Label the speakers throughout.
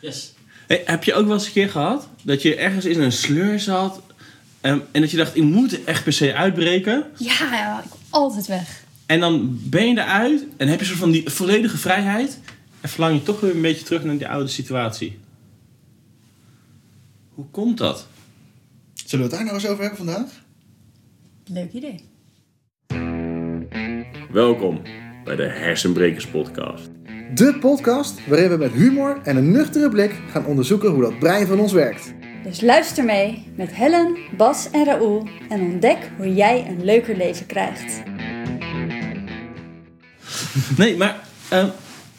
Speaker 1: Yes.
Speaker 2: Hey, heb je ook wel eens een keer gehad dat je ergens in een sleur zat en, en dat je dacht, ik moet er echt per se uitbreken?
Speaker 3: Ja, ja, ik kom altijd weg.
Speaker 2: En dan ben je eruit en heb je zo van die volledige vrijheid en verlang je toch weer een beetje terug naar die oude situatie. Hoe komt dat?
Speaker 4: Zullen we het daar nou eens over hebben vandaag?
Speaker 3: Leuk idee.
Speaker 2: Welkom bij de Hersenbrekers Podcast.
Speaker 4: De podcast waarin we met humor en een nuchtere blik gaan onderzoeken hoe dat brein van ons werkt.
Speaker 5: Dus luister mee met Helen, Bas en Raoul en ontdek hoe jij een leuker leven krijgt.
Speaker 2: Nee, maar eh,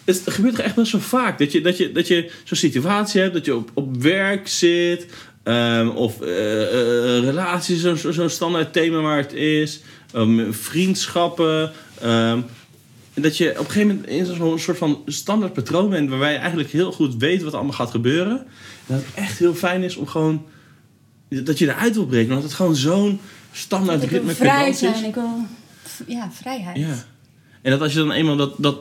Speaker 2: het gebeurt er echt best wel vaak. Dat je, dat je, dat je zo'n situatie hebt, dat je op, op werk zit. ehm, of eh, eh, relaties, zo'n zo, zo'n standaard thema waar het is. ehm, vriendschappen. ehm, en dat je op een gegeven moment in zo'n soort van standaard patroon bent... waarbij je eigenlijk heel goed weet wat er allemaal gaat gebeuren. En dat het echt heel fijn is om gewoon... dat je eruit wil breken. Want het gewoon zo'n standaard
Speaker 3: ik wil
Speaker 2: ritme
Speaker 3: vrij
Speaker 2: cadans is.
Speaker 3: zijn. Ik wil... Ja, vrijheid.
Speaker 2: Ja. En dat als je dan eenmaal dat, dat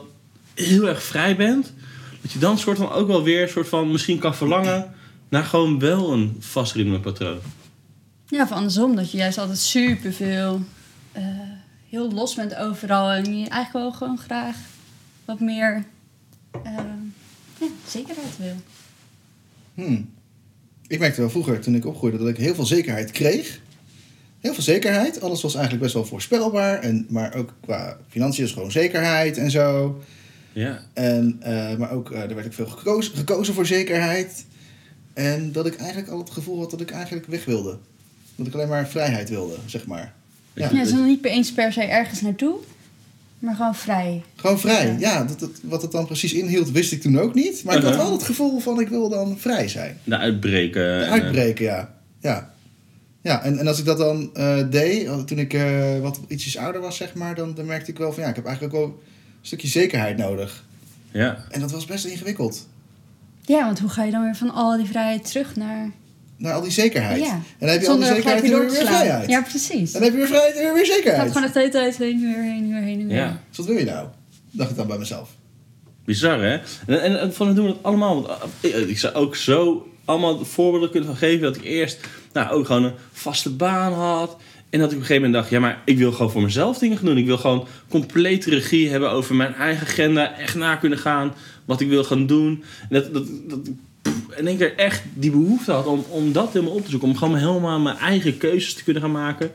Speaker 2: heel erg vrij bent, dat je dan soort van ook wel weer soort van misschien kan verlangen naar gewoon wel een vast ritmepatroon.
Speaker 3: Ja, of andersom, dat je juist altijd superveel... eh heel los bent overal. En je eigenlijk wel gewoon graag wat meer... eh, ja, zekerheid wil.
Speaker 4: Hmm. Ik merkte wel vroeger, toen ik opgroeide, dat ik heel veel zekerheid kreeg. Heel veel zekerheid. Alles was eigenlijk best wel voorspelbaar. En, maar ook qua financiën is gewoon zekerheid en zo.
Speaker 2: Ja.
Speaker 4: En, eh, maar ook, eh, er werd ook veel gekozen, gekozen voor zekerheid. En dat ik eigenlijk al het gevoel had dat ik eigenlijk weg wilde. Dat ik alleen maar vrijheid wilde, zeg maar. Ja.
Speaker 3: Ja, ze wil niet per eens per se ergens naartoe. Maar gewoon vrij.
Speaker 4: Gewoon vrij. Ja, dat, dat- wat het dan precies inhield, wist ik toen ook niet. Maar ik
Speaker 3: Uh-huh.
Speaker 4: had wel het gevoel van ik wil dan vrij zijn.
Speaker 2: De uitbreken. en, eh,
Speaker 4: Uitbreken, ja. Ja, ja en, en als ik dat dan eh, deed, al- toen ik eh, wat ietsjes ouder was, zeg maar, dan, dan merkte ik wel van ja, ik heb eigenlijk ook wel een stukje zekerheid nodig.
Speaker 2: ja.
Speaker 4: En dat was best ingewikkeld.
Speaker 3: Ja, want hoe ga je dan weer van al die vrijheid terug naar...
Speaker 4: Naar al die zekerheid.
Speaker 3: Ja.
Speaker 4: En dan heb je
Speaker 3: Zonder
Speaker 4: al die
Speaker 3: gelijk
Speaker 4: zekerheid en
Speaker 3: weer door
Speaker 4: weer,
Speaker 3: te
Speaker 4: weer
Speaker 3: slaan.
Speaker 4: vrijheid.
Speaker 3: Ja, precies.
Speaker 4: Dan heb je weer vrijheid en weer, weer
Speaker 3: Het gaat
Speaker 4: zekerheid.
Speaker 3: gewoon de hele tijd heen, weer heen, weer heen en weer.
Speaker 2: Ja.
Speaker 4: Dus wat wil je nou? Dacht ik dan bij mezelf.
Speaker 2: Bizar, hè? En, en, en van het doen we dat allemaal. Want, eh, ik, ik zou ook zo allemaal voorbeelden kunnen van geven dat ik eerst nou, ook gewoon een vaste baan had. En dat ik op een gegeven moment dacht, ja, maar ik wil gewoon voor mezelf dingen gaan doen. Ik wil gewoon complete regie hebben over mijn eigen agenda. Echt na kunnen gaan wat ik wil gaan doen. En dat, dat, dat ik, pff, in één keer echt die behoefte had om, om dat helemaal op te zoeken. Om gewoon helemaal mijn eigen keuzes te kunnen gaan maken.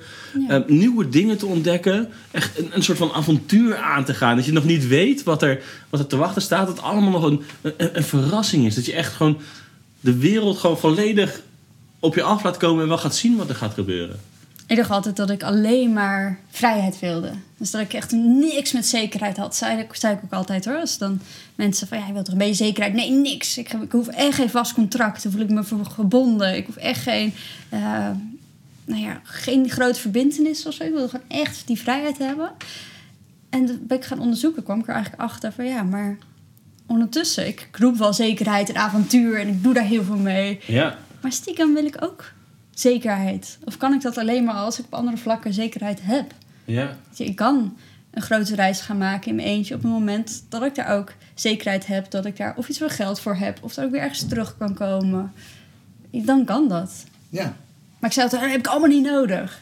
Speaker 3: Ja.
Speaker 2: Eh, nieuwe dingen te ontdekken. Echt een, een soort van avontuur aan te gaan. Dat je nog niet weet wat er, wat er te wachten staat. Dat het allemaal nog een, een, een verrassing is. Dat je echt gewoon de wereld gewoon volledig op je af laat komen. En wel gaat zien wat er gaat gebeuren.
Speaker 3: Ik dacht altijd dat ik alleen maar vrijheid wilde. Dus dat ik echt niks met zekerheid had. Zei ik, zei ik ook altijd hoor. Als dan mensen van, ja, je wilt toch een beetje zekerheid? Nee, niks. Ik, heb- ik hoef echt geen vast contract. Daar voel ik me voor gebonden. Ik hoef echt geen, eh, nou ja, geen grote verbindenis of zo. Ik wilde gewoon echt die vrijheid hebben. En toen ben ik gaan onderzoeken. kwam ik er eigenlijk achter van, ja, maar ondertussen. Ik roep wel zekerheid en avontuur. En ik doe daar heel veel mee.
Speaker 2: Ja.
Speaker 3: Maar stiekem wil ik ook zekerheid. Of kan ik dat alleen maar als ik op andere vlakken zekerheid heb?
Speaker 2: Ja.
Speaker 3: Weet je, Ik kan een grote reis gaan maken in mijn eentje op het moment dat ik daar ook zekerheid heb. Dat ik daar of iets wel geld voor heb. Of dat ik weer ergens terug kan komen. Dan kan dat.
Speaker 4: Ja.
Speaker 3: Maar ik zei altijd, "Ah, dat heb ik allemaal niet nodig.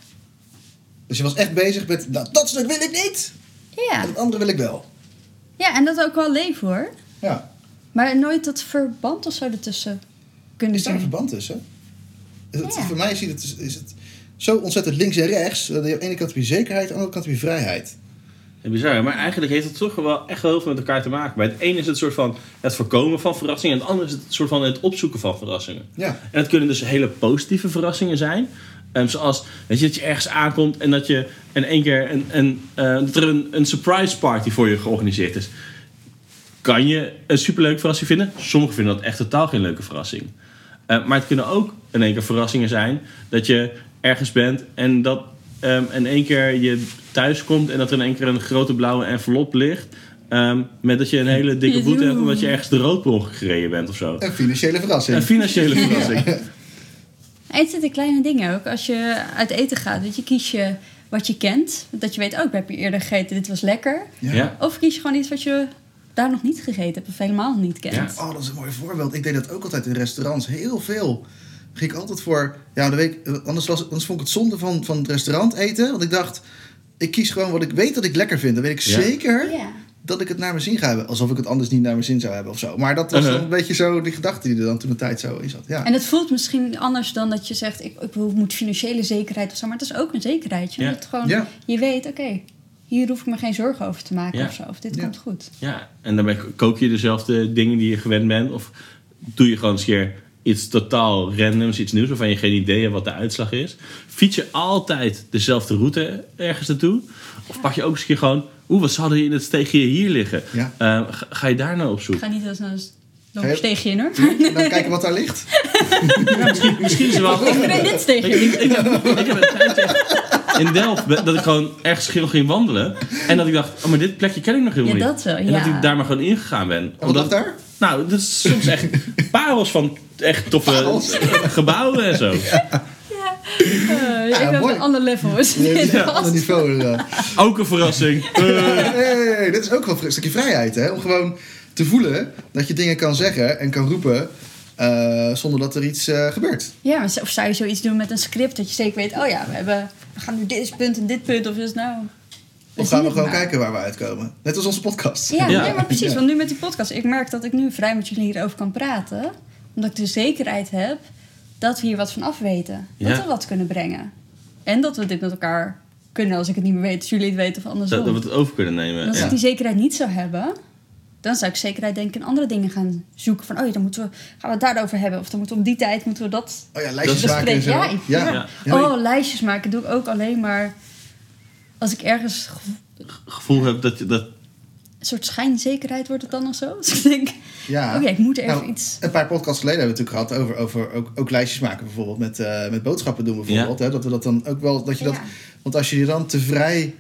Speaker 4: Dus je was echt bezig met, nou, dat stuk wil ik niet.
Speaker 3: Ja,
Speaker 4: En het andere wil ik wel.
Speaker 3: ja en dat ook wel leven hoor.
Speaker 4: Ja.
Speaker 3: Maar nooit dat verband of zo ertussen kunnen
Speaker 4: Is daar een
Speaker 3: zien.
Speaker 4: verband tussen? Is het-
Speaker 3: Ja.
Speaker 4: Voor mij ziet het, is, is het zo ontzettend links en rechts. Eh, Aan de ene kant heb je zekerheid, aan de andere kant heb je vrijheid.
Speaker 2: Ja, Bizar, hè? maar eigenlijk heeft het toch wel echt wel heel veel met elkaar te maken. Bij het ene is het soort van het voorkomen van verrassingen, en het andere is het soort van het opzoeken van verrassingen.
Speaker 4: Ja.
Speaker 2: En dat kunnen dus hele positieve verrassingen zijn. Ehm, zoals weet je, dat je ergens aankomt en dat, je in één keer een, een, eh, dat er een, een surprise party voor je georganiseerd is. Kan je een superleuke verrassing vinden? Sommigen vinden dat echt totaal geen leuke verrassing. Eh, maar het kunnen ook in één keer verrassingen zijn dat je ergens bent en dat ehm, in één keer je thuis komt en dat er in één keer een grote blauwe envelop ligt. ehm, met dat je een hele dikke boete hebt omdat je ergens de rood per ongeluk gereden bent of zo.
Speaker 4: Een financiële verrassing.
Speaker 2: Een financiële verrassing.
Speaker 3: En het zitten kleine dingen ook. Als je uit eten gaat, weet je, kies je "Oh, wat je kent. Dat je weet, ook heb je eerder gegeten, dit was lekker.
Speaker 2: Ja.
Speaker 3: Of kies je gewoon iets wat je daar nog niet gegeten hebt of helemaal niet kent.
Speaker 2: Ja.
Speaker 4: Oh, dat is een mooi voorbeeld. Ik deed dat ook altijd in restaurants. Heel veel. Ging ik altijd voor... Ja, de week, anders, was, anders vond ik het zonde van, van het restaurant eten. Want ik dacht, ik kies gewoon wat ik weet dat ik lekker vind. Dan weet ik
Speaker 2: Ja.
Speaker 4: zeker
Speaker 5: Ja.
Speaker 4: dat ik het naar mijn zin ga hebben. Alsof ik het anders niet naar mijn zin zou hebben of zo. Maar dat was
Speaker 2: Uh-huh.
Speaker 4: dan een beetje zo die gedachte die er dan toen de tijd zo in zat. Ja.
Speaker 3: En het voelt misschien anders dan dat je zegt, ik, ik moet financiële zekerheid of zo. Maar het is ook een zekerheid. Je,
Speaker 2: Ja.
Speaker 3: moet gewoon,
Speaker 4: Ja.
Speaker 3: je weet, oké, hier hoef ik me geen zorgen over te maken
Speaker 2: Ja.
Speaker 3: of zo. Of dit
Speaker 4: Ja.
Speaker 3: komt goed.
Speaker 2: Ja, en daarbij kook je dezelfde dingen die je gewend bent. Of doe je gewoon eens een keer iets totaal randoms, iets nieuws waarvan je geen idee hebt wat de uitslag is. Fiets je altijd dezelfde route ergens naartoe? Of pak je ook eens een keer gewoon, oeh, wat zou er in het steegje hier liggen?
Speaker 4: Ja.
Speaker 2: Eh, ga, ga je daar nou op
Speaker 3: Ik
Speaker 2: zoek?
Speaker 3: ga niet als een
Speaker 4: Ga je-
Speaker 3: donker steegje in hoor.
Speaker 4: En dan kijken wat daar ligt.
Speaker 2: Misschien is het wel...
Speaker 3: Ik ben dit
Speaker 2: Ik,
Speaker 3: steegje.
Speaker 2: ik, ik, heb- ik heb een tijdje echt in Delft be- dat ik gewoon ergens ging ging wandelen. En dat ik dacht, oh, maar dit plekje ken ik nog helemaal
Speaker 3: Ja,
Speaker 2: niet.
Speaker 3: dat wel,
Speaker 2: En dat
Speaker 3: ja.
Speaker 2: ik daar maar gewoon ingegaan ben.
Speaker 4: En wat lag daar?
Speaker 2: Nou, dat is soms echt parels van echt toffe
Speaker 4: Parels.
Speaker 2: gebouwen en zo.
Speaker 3: Eh, ik ben op
Speaker 4: mooi.
Speaker 3: een ander level. Is
Speaker 4: Nee, dit
Speaker 3: dit
Speaker 4: is een ander
Speaker 3: vast.
Speaker 4: niveau inderdaad.
Speaker 2: Ook een verrassing. Eh,
Speaker 4: Hey, dit is ook wel een stukje vrijheid, hè? Om gewoon te voelen dat je dingen kan zeggen en kan roepen eh, zonder dat er iets eh, gebeurt.
Speaker 3: Ja, maar z- of zou je zoiets doen met een script dat je zeker weet, oh ja, we, hebben, we gaan nu dit punt en dit punt, of is het nou... zien
Speaker 4: Of gaan we
Speaker 3: het
Speaker 4: gewoon
Speaker 3: maar.
Speaker 4: kijken waar we uitkomen? Net als onze podcast.
Speaker 3: Ja,
Speaker 2: Ja.
Speaker 3: Nee, maar precies.
Speaker 4: Ja.
Speaker 3: Want nu met die podcast, ik merk dat ik nu vrij met jullie hierover kan praten. Omdat ik de zekerheid heb dat we hier wat van af weten. Dat
Speaker 2: Ja.
Speaker 3: we wat kunnen brengen. En dat we dit met elkaar kunnen als ik het niet meer weet. Als jullie het weten of andersom.
Speaker 2: dat, dat we het over kunnen
Speaker 3: En
Speaker 2: nemen.
Speaker 3: als
Speaker 2: En-
Speaker 3: ik die zekerheid niet zou hebben, dan zou ik zekerheid denk ik in andere dingen gaan zoeken. Van, oh ja, dan moeten we, gaan we het daarover hebben. Of dan moeten we op die tijd moeten we dat
Speaker 4: Oh ja, lijstjes
Speaker 2: Dat is
Speaker 4: maken en zo.
Speaker 3: ja, ja.
Speaker 2: Ja.
Speaker 3: Oh, lijstjes maken doe ik ook alleen maar als ik ergens... gevo-
Speaker 2: gevoel heb dat, je- dat
Speaker 3: Een soort schijnzekerheid wordt het dan of zo. Dus ik denk,
Speaker 4: Ja.
Speaker 3: oh ja, ik moet er
Speaker 4: Nou,
Speaker 3: even iets...
Speaker 4: Een paar podcasts geleden hebben we het natuurlijk gehad over, over ook, ook lijstjes maken bijvoorbeeld. Met, eh, met boodschappen doen bijvoorbeeld. Hè? Dat we dat dan ook wel... Dat je dat,
Speaker 3: Ja.
Speaker 4: Want als je je dan te vrij,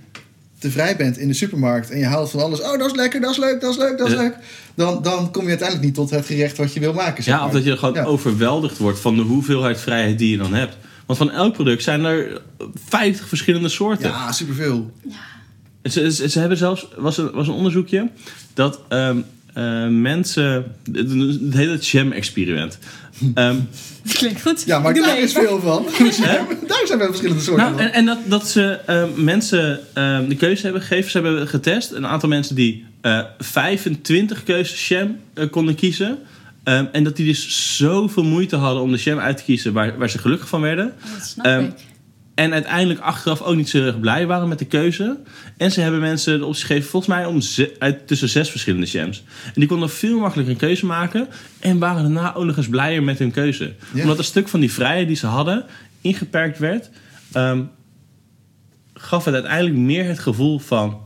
Speaker 4: te vrij bent in de supermarkt en je haalt van alles... Oh, dat is lekker, dat is leuk, dat is leuk, dat is
Speaker 2: Ja.
Speaker 4: leuk. Dan, dan kom je uiteindelijk niet tot het gerecht wat je wil maken. zeg
Speaker 2: Ja, of
Speaker 4: maar.
Speaker 2: dat je gewoon
Speaker 4: Ja.
Speaker 2: overweldigd wordt van de hoeveelheid vrijheid die je dan hebt. Want van elk product zijn er 50 verschillende soorten.
Speaker 4: Ja, superveel.
Speaker 2: En Ze, ze, ze hebben zelfs, was een, was een onderzoekje, dat ehm, eh, mensen, het, het hele jam-experiment. Ehm,
Speaker 3: Het klinkt goed.
Speaker 4: Ja, maar
Speaker 3: Ik doe
Speaker 4: daar
Speaker 3: mee.
Speaker 4: is veel van. Dus daar daar zijn wel verschillende soorten
Speaker 2: nou,
Speaker 4: van.
Speaker 2: en, en dat, dat ze ehm, mensen ehm, de keuze hebben gegeven. Ze hebben getest, een aantal mensen die eh 25 keuzes jam eh, konden kiezen. Ehm, en dat die dus zoveel moeite hadden om de jam uit te kiezen waar, waar ze gelukkig van werden.
Speaker 3: Oh, dat snap
Speaker 2: Ehm,
Speaker 3: ik.
Speaker 2: En uiteindelijk achteraf ook niet zo erg blij waren met de keuze. En ze hebben mensen de optie gegeven, volgens mij, om ze- uit tussen zes verschillende jams. En die konden veel makkelijker een keuze maken. En waren daarna ook nog eens blijer met hun keuze.
Speaker 4: Ja.
Speaker 2: Omdat een stuk van die vrijheid die ze hadden ingeperkt werd, ehm, gaf het uiteindelijk meer het gevoel van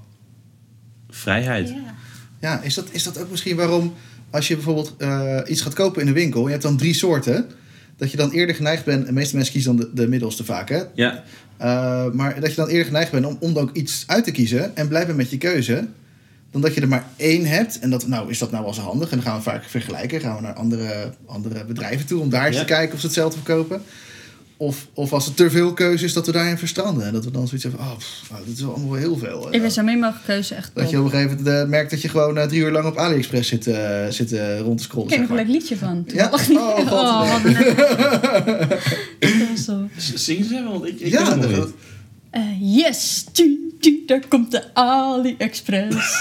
Speaker 2: vrijheid.
Speaker 3: Ja.
Speaker 4: Ja, is dat, is dat ook misschien waarom als je bijvoorbeeld eh, iets gaat kopen in een winkel... en je hebt dan drie soorten... dat je dan eerder geneigd bent... en de meeste mensen kiezen dan de, de middelste vaak, hè?
Speaker 2: Ja,
Speaker 4: Eh, maar dat je dan eerder geneigd bent om, om dan ook iets uit te kiezen en blijven met je keuze. Dan dat je er maar één hebt. En dat, nou, is dat nou wel zo handig? En dan gaan we vaak vergelijken. Gaan we naar andere, andere bedrijven toe om daar eens
Speaker 2: Ja.
Speaker 4: te kijken of ze hetzelfde verkopen. Of, of als er te veel keuze is, dat we daarin verstranden. En dat we dan zoiets hebben van, oh, pff, nou, dat is wel allemaal wel heel veel.
Speaker 3: Ik ben zo min mogelijk keuze echt
Speaker 4: dat
Speaker 3: top.
Speaker 4: je op een gegeven moment eh, merkt dat je gewoon eh, drie uur lang op AliExpress zit, eh, zit eh, rond te
Speaker 3: Ik
Speaker 4: scrollen.
Speaker 3: ken nog
Speaker 4: Zeg
Speaker 3: een
Speaker 4: maar.
Speaker 3: leuk liedje van.
Speaker 4: Ja?
Speaker 3: Toevallig.
Speaker 4: Oh, God.
Speaker 3: wat een leuk. Zo.
Speaker 2: zingen ze, want ik, ik
Speaker 4: Ja,
Speaker 2: ken het
Speaker 4: dat,
Speaker 2: nog
Speaker 4: dat,
Speaker 2: niet.
Speaker 3: Eh, yes, tu, tu, daar komt de AliExpress.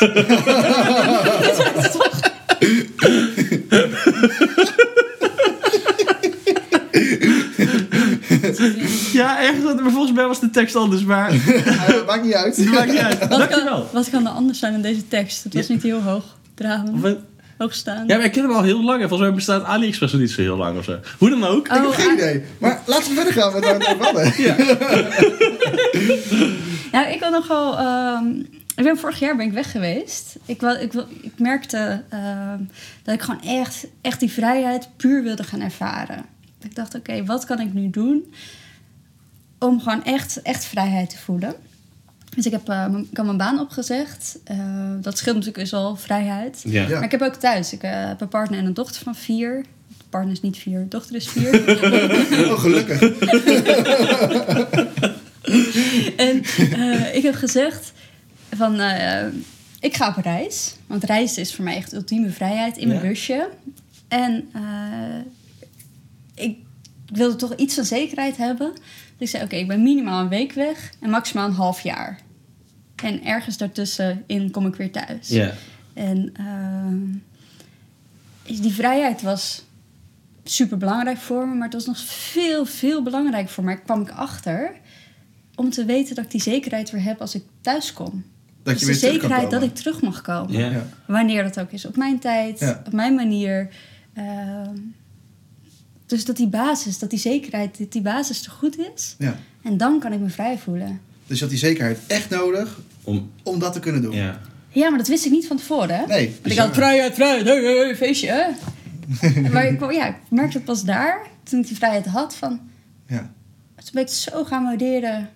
Speaker 2: Ja, echt, maar volgens mij was de tekst anders, maar
Speaker 4: eh, maakt niet uit.
Speaker 2: dat maakt niet uit.
Speaker 3: Wat kan,
Speaker 2: Dankjewel.
Speaker 3: wat kan er anders zijn dan deze tekst? Het was niet heel hoog. Draven,
Speaker 2: Wat-
Speaker 3: hoogstaan.
Speaker 2: Ja, maar ik ken hem al heel lang. En volgens mij bestaat AliExpress nog niet zo heel lang of zo. Hoe dan ook.
Speaker 4: Ik heb geen idee. Maar laten we verder gaan met waar we het over hadden.
Speaker 3: Nou, ik wil nogal. ehm, ik ben vorig jaar ben ik weg geweest. Ik, wel, ik, wil, ik merkte ehm, dat ik gewoon echt, echt die vrijheid puur wilde gaan ervaren. Ik dacht, oké, wat kan ik nu doen om gewoon echt, echt vrijheid te voelen? Dus ik, heb, eh, mijn- ik had mijn baan opgezegd. Eh, dat scheelt natuurlijk dus al vrijheid.
Speaker 2: Ja.
Speaker 4: Ja.
Speaker 3: Maar ik heb ook thuis. Ik eh, heb een partner en een dochter van vier. Partner is niet vier, dochter is vier.
Speaker 4: Oh, gelukkig.
Speaker 3: en eh, ik heb gezegd van, eh, Ik ga op reis. Want reizen is voor mij echt ultieme vrijheid in mijn
Speaker 2: Ja.
Speaker 3: busje. En eh, ik wilde toch iets van zekerheid hebben. Dus ik zei, oké, ik ben minimaal een week weg en maximaal een half jaar. En ergens daartussenin kom ik weer thuis.
Speaker 2: Ja.
Speaker 3: En ehm, die vrijheid was super belangrijk voor me, maar het was nog veel, veel belangrijker voor mij. Kwam ik achter om te weten dat ik die zekerheid weer heb als ik thuis kom.
Speaker 4: Dat je
Speaker 3: dus
Speaker 4: weer
Speaker 3: de
Speaker 4: terug kan
Speaker 3: zekerheid dat
Speaker 4: komen.
Speaker 3: ik terug mag komen.
Speaker 2: Ja.
Speaker 4: Ja.
Speaker 3: Wanneer dat ook is. Op mijn tijd,
Speaker 4: Ja.
Speaker 3: op mijn manier. Ehm, dus dat die basis, dat die zekerheid, dat die basis er goed is.
Speaker 4: Ja.
Speaker 3: En dan kan ik me vrij voelen.
Speaker 4: Dus je had die zekerheid echt nodig
Speaker 2: Om,
Speaker 4: om dat te kunnen doen.
Speaker 2: ja.
Speaker 3: Ja, maar dat wist ik niet van tevoren. hè?
Speaker 4: Nee,
Speaker 3: Want ik
Speaker 4: bizar.
Speaker 3: had vrijheid, vrijheid, hey, hey, hey, feestje. hè? maar ik, kwam- ja, ik merkte het pas daar, toen ik die vrijheid had, van
Speaker 4: Ja.
Speaker 3: toen ben ik zo gaan waarderen.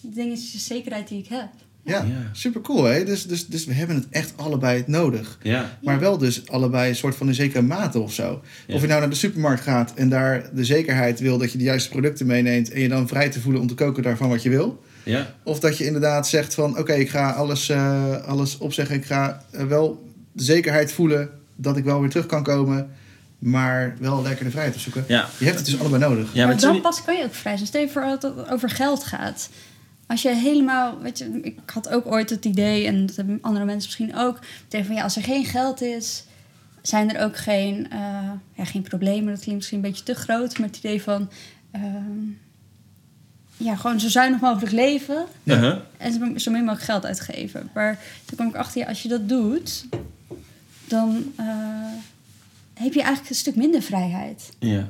Speaker 3: De dingetjes, de zekerheid die ik heb.
Speaker 4: Ja,
Speaker 2: Ja.
Speaker 4: super cool hè. Dus, dus, dus we hebben het echt allebei nodig.
Speaker 2: Ja.
Speaker 4: Maar wel dus allebei een soort van een zekere mate of zo.
Speaker 2: Ja.
Speaker 4: Of je nou naar de supermarkt gaat en daar de zekerheid wil dat je de juiste producten meeneemt en je dan vrij te voelen om te koken daarvan wat je wil.
Speaker 2: Ja.
Speaker 4: Of dat je inderdaad zegt van oké, ik ga alles, eh, alles opzeggen. Ik ga eh, wel de zekerheid voelen dat ik wel weer terug kan komen. Maar wel lekker de vrijheid opzoeken.
Speaker 2: Ja.
Speaker 4: Je hebt het dus allebei nodig.
Speaker 2: Ja, maar
Speaker 3: maar
Speaker 2: het is
Speaker 3: dan
Speaker 2: niet-
Speaker 3: pas kan je ook vrij zijn. Stel je voor dat het over geld gaat. Als je helemaal, weet je, ik had ook ooit het idee, en dat hebben andere mensen misschien ook, tegen van ja, als er geen geld is, zijn er ook geen, eh, ja, geen problemen. Dat klinkt misschien een beetje te groot, maar het idee van, ehm, ja, gewoon zo zuinig mogelijk leven
Speaker 4: Ja.
Speaker 2: Uh-huh.
Speaker 3: en zo- zo min mogelijk geld uitgeven. Maar toen kwam ik achter, ja, als je dat doet, dan eh, heb je eigenlijk een stuk minder vrijheid.
Speaker 2: Ja.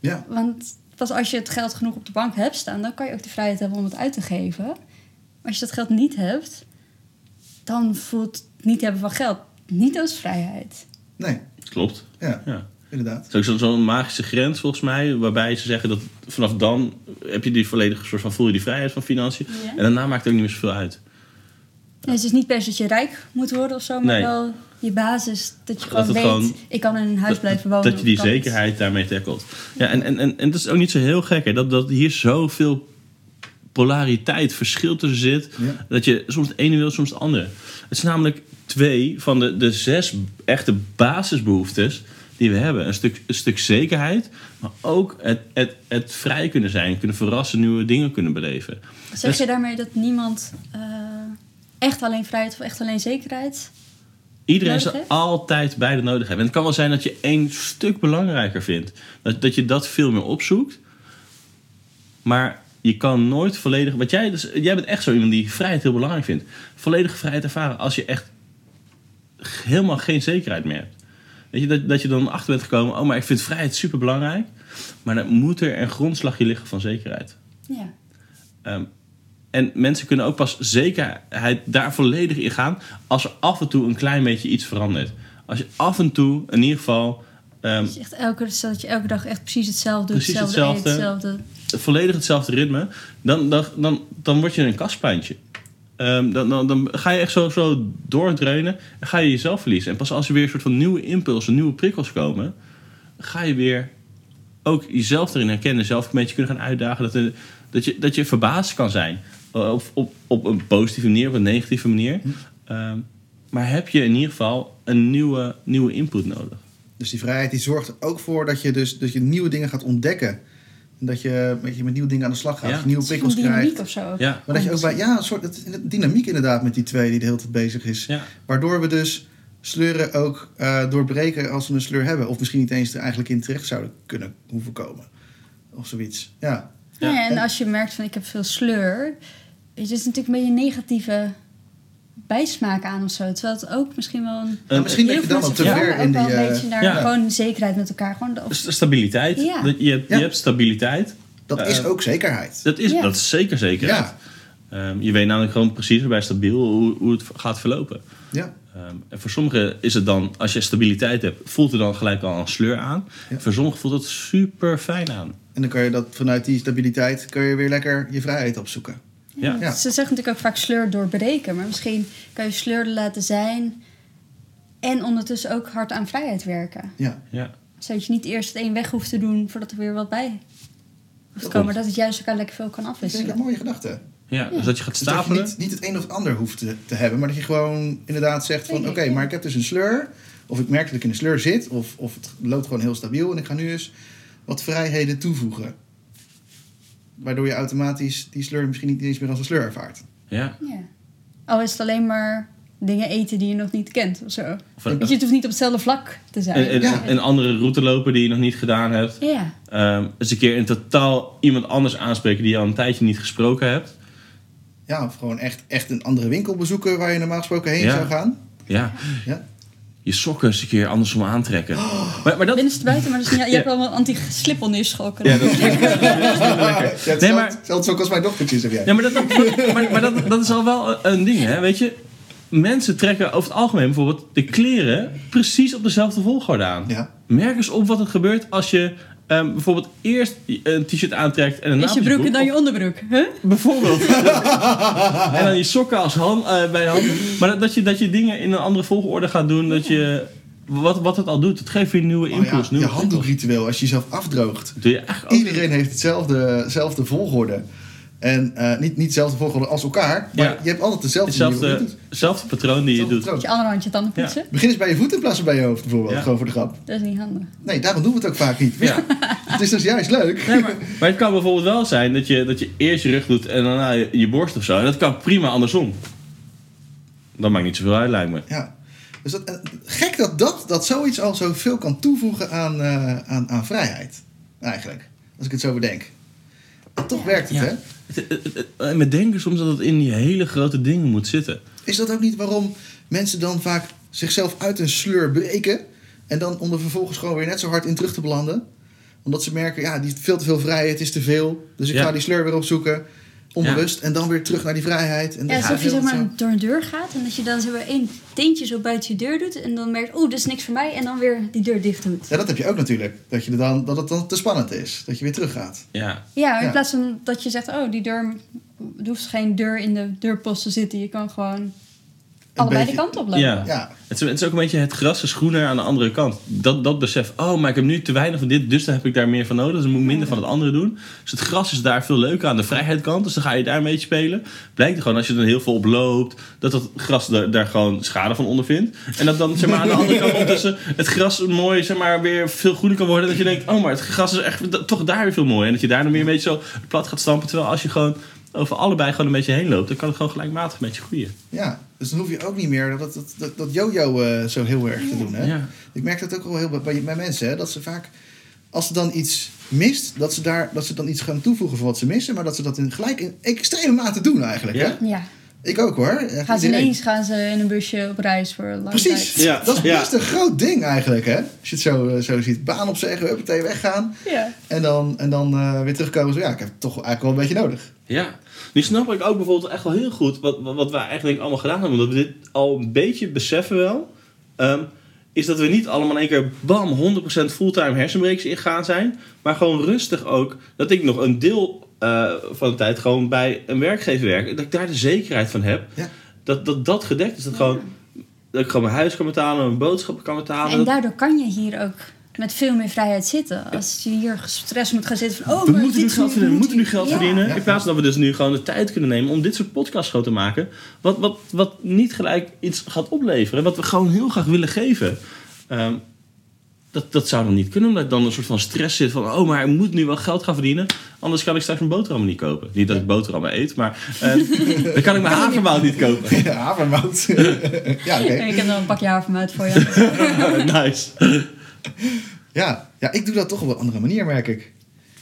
Speaker 4: Ja.
Speaker 3: Want pas als je het geld genoeg op de bank hebt staan, dan kan je ook de vrijheid hebben om het uit te geven. Maar als je dat geld niet hebt, dan voelt het niet hebben van geld niet als vrijheid.
Speaker 4: Nee.
Speaker 2: Klopt.
Speaker 4: Ja,
Speaker 2: Ja.
Speaker 4: inderdaad.
Speaker 2: Het is ook zo- zo'n magische grens volgens mij, waarbij ze zeggen dat vanaf dan heb je die volledige soort van voel je die vrijheid van financiën.
Speaker 3: Ja.
Speaker 2: En daarna maakt het ook niet meer zoveel uit.
Speaker 3: Nee, Dus het is niet per se dat je rijk moet worden of zo, maar
Speaker 2: Nee.
Speaker 3: wel je basis. Dat je
Speaker 2: Dat
Speaker 3: gewoon weet,
Speaker 2: het gewoon-
Speaker 3: ik kan in een huis
Speaker 2: Dat-
Speaker 3: blijven wonen.
Speaker 2: Dat je die
Speaker 3: of ik kan-
Speaker 2: zekerheid daarmee tackelt. Ja, en, en, en, en dat is ook niet zo heel gek, hè? Dat, dat hier zoveel polariteit, verschil tussen zit.
Speaker 4: Ja.
Speaker 2: Dat je soms het ene wil, soms het andere. Het zijn namelijk twee van de, de zes echte basisbehoeftes die we hebben. Een stuk, een stuk zekerheid, maar ook het, het, het vrij kunnen zijn, kunnen verrassen, nieuwe dingen kunnen beleven.
Speaker 3: Zeg
Speaker 2: Dus-
Speaker 3: je daarmee dat niemand eh, echt alleen vrijheid of echt alleen zekerheid?
Speaker 2: Iedereen
Speaker 3: nodig
Speaker 2: zal
Speaker 3: heeft?
Speaker 2: altijd beide nodig hebben. En het kan wel zijn dat je één stuk belangrijker vindt. Dat, dat je dat veel meer opzoekt. Maar je kan nooit volledig... Want jij, dus, jij bent echt zo iemand die vrijheid heel belangrijk vindt. Volledige vrijheid ervaren als je echt g- helemaal geen zekerheid meer hebt. Weet je, dat, dat je dan achter bent gekomen... Oh, maar ik vind vrijheid superbelangrijk. Maar dan moet er een grondslagje liggen van zekerheid.
Speaker 3: Ja.
Speaker 2: Ehm, en mensen kunnen ook pas zekerheid daar volledig in gaan als er af en toe een klein beetje iets verandert. Als je af en toe in ieder geval ehm,
Speaker 3: Dat je, dus echt elke, dat je elke dag echt precies hetzelfde doet.
Speaker 2: Precies
Speaker 3: hetzelfde. eet,
Speaker 2: hetzelfde.
Speaker 3: hetzelfde.
Speaker 2: volledig hetzelfde ritme, dan, dan, dan, dan word je een kastpijntje. Ehm, dan, dan, dan ga je echt zo, zo doordreunen en ga je jezelf verliezen. En pas als er weer een soort van nieuwe impulsen, nieuwe prikkels komen, ga je weer ook jezelf erin herkennen, zelf een beetje kunnen gaan uitdagen. Dat, er- dat, je, dat je verbaasd kan zijn. Eh, Op, op, op een positieve manier, op een negatieve manier.
Speaker 4: Hm.
Speaker 2: Ehm, maar heb je in ieder geval een nieuwe, nieuwe input nodig.
Speaker 4: Dus die vrijheid die zorgt er ook voor dat je dus dat je nieuwe dingen gaat ontdekken. En dat je, dat je met nieuwe dingen aan de slag gaat.
Speaker 2: Ja.
Speaker 4: of Nieuwe
Speaker 3: Het is
Speaker 4: prikkels
Speaker 3: van dynamiek
Speaker 4: krijgt.
Speaker 3: of zo. ook.
Speaker 2: Ja,
Speaker 4: Maar dat je ook bij, ja, een soort dat is een dynamiek inderdaad met die twee die de hele tijd bezig is.
Speaker 2: ja,
Speaker 4: Waardoor we dus sleuren ook eh, doorbreken als we een sleur hebben. Of misschien niet eens er eigenlijk in terecht zouden kunnen hoeven komen. Of zoiets. Ja,
Speaker 2: Ja.
Speaker 3: Ja, en als je merkt van ik heb veel sleur, weet je, er is natuurlijk een beetje een negatieve bijsmaak aan of zo. Terwijl het ook misschien wel een...
Speaker 4: En Eh, misschien dat
Speaker 3: Heel
Speaker 4: je
Speaker 3: veel
Speaker 4: dan al
Speaker 3: mensen
Speaker 4: te
Speaker 2: Ja.
Speaker 4: ver
Speaker 3: verlangen
Speaker 4: in
Speaker 3: ook
Speaker 4: die...
Speaker 3: wel een
Speaker 4: eh, Dus-
Speaker 3: beetje naar
Speaker 2: ja.
Speaker 3: gewoon zekerheid met elkaar. Gewoon de- of-
Speaker 2: St- Stabiliteit.
Speaker 3: Ja.
Speaker 2: Dat Je, hebt,
Speaker 4: Ja.
Speaker 2: je hebt stabiliteit.
Speaker 4: dat is
Speaker 2: Eh,
Speaker 4: ook zekerheid.
Speaker 2: Dat is,
Speaker 3: Ja.
Speaker 2: dat is zeker zeker.
Speaker 4: Ja,
Speaker 2: Ehm, je weet namelijk gewoon precies bij stabiel hoe, hoe het gaat verlopen.
Speaker 4: ja,
Speaker 2: Ehm, en voor sommigen is het dan, als je stabiliteit hebt, voelt er dan gelijk al een sleur aan.
Speaker 4: Ja.
Speaker 2: Voor sommigen voelt dat super fijn aan.
Speaker 4: en dan kan je dat vanuit die stabiliteit kun je weer lekker je vrijheid opzoeken.
Speaker 2: Ja.
Speaker 4: Ja.
Speaker 3: Ze zeggen natuurlijk ook vaak sleur doorbreken. Maar misschien kan je sleur laten zijn en ondertussen ook hard aan vrijheid werken.
Speaker 4: Ja,
Speaker 2: Ja.
Speaker 3: Zodat je niet eerst het een weg hoeft te doen voordat er weer wat bij hoeft te
Speaker 2: Klopt.
Speaker 3: komen. Dat het juist elkaar lekker veel kan
Speaker 4: dat vind ik
Speaker 3: afwisselen.
Speaker 4: een mooie gedachte.
Speaker 2: Ja, dus dat je gaat
Speaker 4: Dus dat je
Speaker 2: stapelen.
Speaker 4: niet, niet het een of het ander hoeft te, te hebben, maar dat je gewoon inderdaad zegt van...
Speaker 3: Denk
Speaker 4: oké,
Speaker 3: ik, ja.
Speaker 4: maar ik heb dus een sleur, of ik merk dat ik in een sleur zit... Of, of het loopt gewoon heel stabiel en ik ga nu eens wat vrijheden toevoegen. Waardoor je automatisch die sleur misschien niet eens meer als een sleur ervaart.
Speaker 2: Ja.
Speaker 3: Ja. Al is het alleen maar dingen eten die je nog niet kent of zo.
Speaker 2: Of
Speaker 3: Weet
Speaker 2: een, Eh,
Speaker 3: je, het hoeft niet op hetzelfde vlak te zijn.
Speaker 2: een, een-
Speaker 4: Ja.
Speaker 2: een andere route lopen die je nog niet gedaan hebt.
Speaker 3: Ja.
Speaker 2: Ehm, eens een keer in totaal iemand anders aanspreken die je al een tijdje niet gesproken hebt.
Speaker 4: Ja, of gewoon echt, echt een andere winkel bezoeken waar je normaal gesproken heen
Speaker 2: Ja.
Speaker 4: zou gaan.
Speaker 2: Ja.
Speaker 4: Ja. Oh.
Speaker 2: Je sokken eens een keer andersom aantrekken. Maar, maar dat...
Speaker 3: Binnen is buiten, maar dat is niet- je
Speaker 2: Ja.
Speaker 3: hebt wel een anti-slip onder je schokken.
Speaker 2: Ja, dat,
Speaker 4: Ja, het
Speaker 2: Ah, Nee,
Speaker 4: nee,
Speaker 2: maar-
Speaker 4: maar... Hetzelfde ook als mijn dochtertje, zeg jij.
Speaker 2: ja, maar, dat, maar, maar dat, dat is al wel een- een ding, hè. Weet je, mensen trekken over het algemeen bijvoorbeeld de kleren precies op dezelfde volgorde aan.
Speaker 4: Ja.
Speaker 2: Merk eens op wat er gebeurt als je ehm, bijvoorbeeld eerst een t-shirt aantrekt en een
Speaker 3: Is je broek en dan je onderbroek? Huh?
Speaker 2: Bijvoorbeeld. en dan je sokken als hand, eh, bij je hand. Maar dat, dat je, dat je dingen in een andere volgorde gaat doen. Dat je, wat, wat het al doet, het geeft weer nieuwe
Speaker 4: Oh ja,
Speaker 2: impuls.
Speaker 4: je
Speaker 2: nieuwe
Speaker 4: handdoekritueel, als je jezelf afdroogt.
Speaker 2: prikkels. Doe je echt ook.
Speaker 4: Iedereen heeft hetzelfde, hetzelfde volgorde. En eh, niet, niet dezelfde volgorde als elkaar, maar
Speaker 2: Ja.
Speaker 4: je hebt altijd dezelfde manier waarop je
Speaker 2: Hetzelfde,
Speaker 4: het doet.
Speaker 2: hetzelfde patroon die je
Speaker 4: Hetzelfde
Speaker 2: doet.
Speaker 4: patroon.
Speaker 3: Met je andere handje tanden poetsen?
Speaker 4: Begin eens bij je voet in plaats van bij je hoofd bijvoorbeeld,
Speaker 2: Ja.
Speaker 4: gewoon voor de grap.
Speaker 3: Dat is niet handig.
Speaker 4: Nee, daarom doen we het ook vaak niet.
Speaker 2: Ja.
Speaker 4: Het is dus juist leuk.
Speaker 2: Nee, maar, maar het kan bijvoorbeeld wel zijn dat je, dat je eerst je rug doet en daarna je, je borst of zo. En dat kan prima andersom. Dat maakt niet zoveel uit, lijkt me.
Speaker 4: Ja. Dus dat, eh, gek dat, dat dat zoiets al zoveel kan toevoegen aan, eh, aan, aan vrijheid. Eigenlijk, als ik het zo bedenk. En toch werkt het,
Speaker 2: Ja.
Speaker 4: hè?
Speaker 2: Het- het- het- en we denken soms dat het in die hele grote dingen moet zitten.
Speaker 4: Is dat ook niet waarom mensen dan vaak zichzelf uit een sleur breken en dan om er vervolgens gewoon weer net zo hard in terug te belanden? Omdat ze merken, ja, die veel te veel vrijheid is te veel. Dus ik
Speaker 2: Ja.
Speaker 4: ga die sleur weer opzoeken, onbewust, en dan weer terug naar die vrijheid. En
Speaker 3: Ja,
Speaker 4: dan
Speaker 3: alsof je
Speaker 4: heel
Speaker 3: zeg
Speaker 4: dat
Speaker 3: maar
Speaker 4: zo.
Speaker 3: door een deur gaat en dat je dan zo weer één teentje zo buiten je deur doet. En dan merkt, oeh, dit is niks voor mij. En dan weer die deur dicht doet.
Speaker 4: Ja, dat heb je ook natuurlijk. Dat, je er dan, dat het dan te spannend is, dat je weer teruggaat.
Speaker 2: Ja,
Speaker 3: Ja, in
Speaker 4: Ja.
Speaker 3: plaats van dat je zegt, oh, die deur, er hoeft geen deur in de deurpost te zitten. Je kan gewoon allebei
Speaker 4: beetje-
Speaker 3: de kant op lopen.
Speaker 2: ja.
Speaker 4: Ja,
Speaker 2: Het is, het is ook een beetje het gras is groener aan de andere kant. Dat, dat besef, oh, maar ik heb nu te weinig van dit, dus dan heb ik daar meer van nodig. Dus dan moet ik minder van het andere doen. Dus het gras is daar veel leuker aan de vrijheidkant. Dus dan ga je daar een beetje spelen. Blijkt er gewoon, als je er heel veel op loopt, dat dat gras daar, daar gewoon schade van ondervindt. En dat dan zeg maar, aan de andere kant ondertussen het gras mooi, zeg maar, weer veel goeder kan worden. Dat je denkt, oh, maar het gras is echt da- toch daar weer veel mooier. En dat je daar dan weer een beetje zo plat gaat stampen. Terwijl als je gewoon over allebei gewoon een beetje heen loopt, dan kan het gewoon gelijkmatig met je groeien.
Speaker 4: ja. Dus dan hoef je ook niet meer dat, dat, dat, dat yo-yo eh, zo heel erg te doen. Hè?
Speaker 2: Ja.
Speaker 4: Ik merk dat ook wel heel bij- bij, bij mensen, hè, dat ze vaak, als ze dan iets mist, dat ze, daar, dat ze dan iets gaan toevoegen voor wat ze missen, maar dat ze dat in gelijk in extreme mate doen eigenlijk.
Speaker 2: Ja.
Speaker 4: Hè?
Speaker 3: Ja,
Speaker 4: Ik ook hoor. Echt
Speaker 3: gaan ze
Speaker 4: iedereen.
Speaker 3: ineens gaan ze in een busje op reis voor een lange
Speaker 4: Precies,
Speaker 3: tijd.
Speaker 2: Ja.
Speaker 4: dat is
Speaker 2: Ja.
Speaker 4: best een groot ding eigenlijk, hè? Als je het zo, eh, zo ziet. Baan opzeggen, huppatee, weggaan.
Speaker 3: Ja.
Speaker 4: En dan, en dan eh, weer terugkomen. Zo, ja, ik heb het toch eigenlijk wel een beetje nodig.
Speaker 2: Ja, nu snap ik ook bijvoorbeeld echt wel heel goed wat, wat, wat wij eigenlijk allemaal gedaan hebben. Omdat we dit al een beetje beseffen wel. ehm, is dat we niet allemaal in één keer bam 100% fulltime hersenbreaks ingaan zijn. Maar gewoon rustig ook dat ik nog een deel eh, van de tijd gewoon bij een werkgever werk. Dat ik daar de zekerheid van heb.
Speaker 4: Ja.
Speaker 2: Dat, dat dat gedekt is. Dat, gewoon, dat ik gewoon mijn huis kan betalen, mijn boodschappen kan betalen.
Speaker 3: En
Speaker 2: Dat-
Speaker 3: daardoor kan je hier ook met veel meer vrijheid zitten. Als je hier gestrest moet gaan zitten van... Oh,
Speaker 2: we
Speaker 3: maar
Speaker 2: moeten nu
Speaker 3: dit
Speaker 2: geld
Speaker 3: is
Speaker 2: verdienen, we moeten nu
Speaker 3: moet
Speaker 2: geld
Speaker 3: ik- Ja.
Speaker 2: verdienen.
Speaker 4: Ja.
Speaker 2: In plaats van dat we dus nu gewoon de tijd kunnen nemen om dit soort podcasts gewoon te maken. Wat, wat, wat niet gelijk iets gaat opleveren. Wat we gewoon heel graag willen geven. Ehm, dat, dat zou dan niet kunnen. Omdat dan een soort van stress zit van... Oh, maar ik moet nu wel geld gaan verdienen. Anders kan ik straks mijn boterhammen niet kopen. Niet dat ik boterhammen eet, maar... eh, dan kan ik mijn havermout niet kopen.
Speaker 4: Ja, havermout. ja, oké.
Speaker 3: Ik heb nog een pakje havermout voor je.
Speaker 2: nice.
Speaker 4: Ja, ja, ik doe dat toch op een andere manier, merk ik.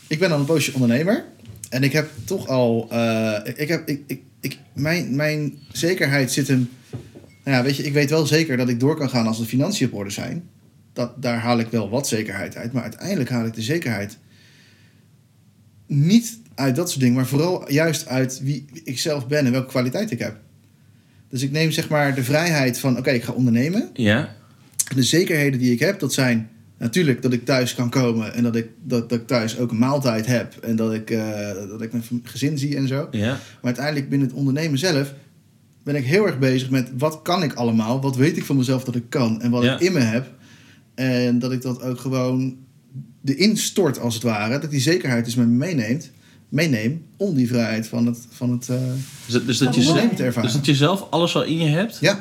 Speaker 4: Ik ben al een poosje ondernemer. En ik heb toch al... eh, ik heb, ik, ik, ik, mijn, mijn zekerheid zit hem... Nou ja, weet je, ik weet wel zeker dat ik door kan gaan als de financiën op orde zijn. Dat, daar haal ik wel wat zekerheid uit. Maar uiteindelijk haal ik de zekerheid niet uit dat soort dingen. Maar vooral juist uit wie ik zelf ben en welke kwaliteit ik heb. Dus ik neem zeg maar de vrijheid van... Oké, ik ga ondernemen.
Speaker 2: Ja,
Speaker 4: De zekerheden die ik heb, dat zijn natuurlijk dat ik thuis kan komen en dat ik, dat, dat ik thuis ook een maaltijd heb en dat ik, eh, dat ik mijn gezin zie en zo.
Speaker 2: ja.
Speaker 4: Maar uiteindelijk binnen het ondernemen zelf ben ik heel erg bezig met wat kan ik allemaal, wat weet ik van mezelf dat ik kan en wat
Speaker 2: Ja.
Speaker 4: ik in me heb. En dat ik dat ook gewoon erin stort als het ware, dat die zekerheid dus met me meeneemt meeneem om die vrijheid van het, van het eh,
Speaker 2: Dus, dat- dus dat je
Speaker 3: Oh, mooi.
Speaker 2: zelf,
Speaker 4: systeem te ervaren.
Speaker 2: dus dat je zelf alles al in je hebt
Speaker 4: Ja,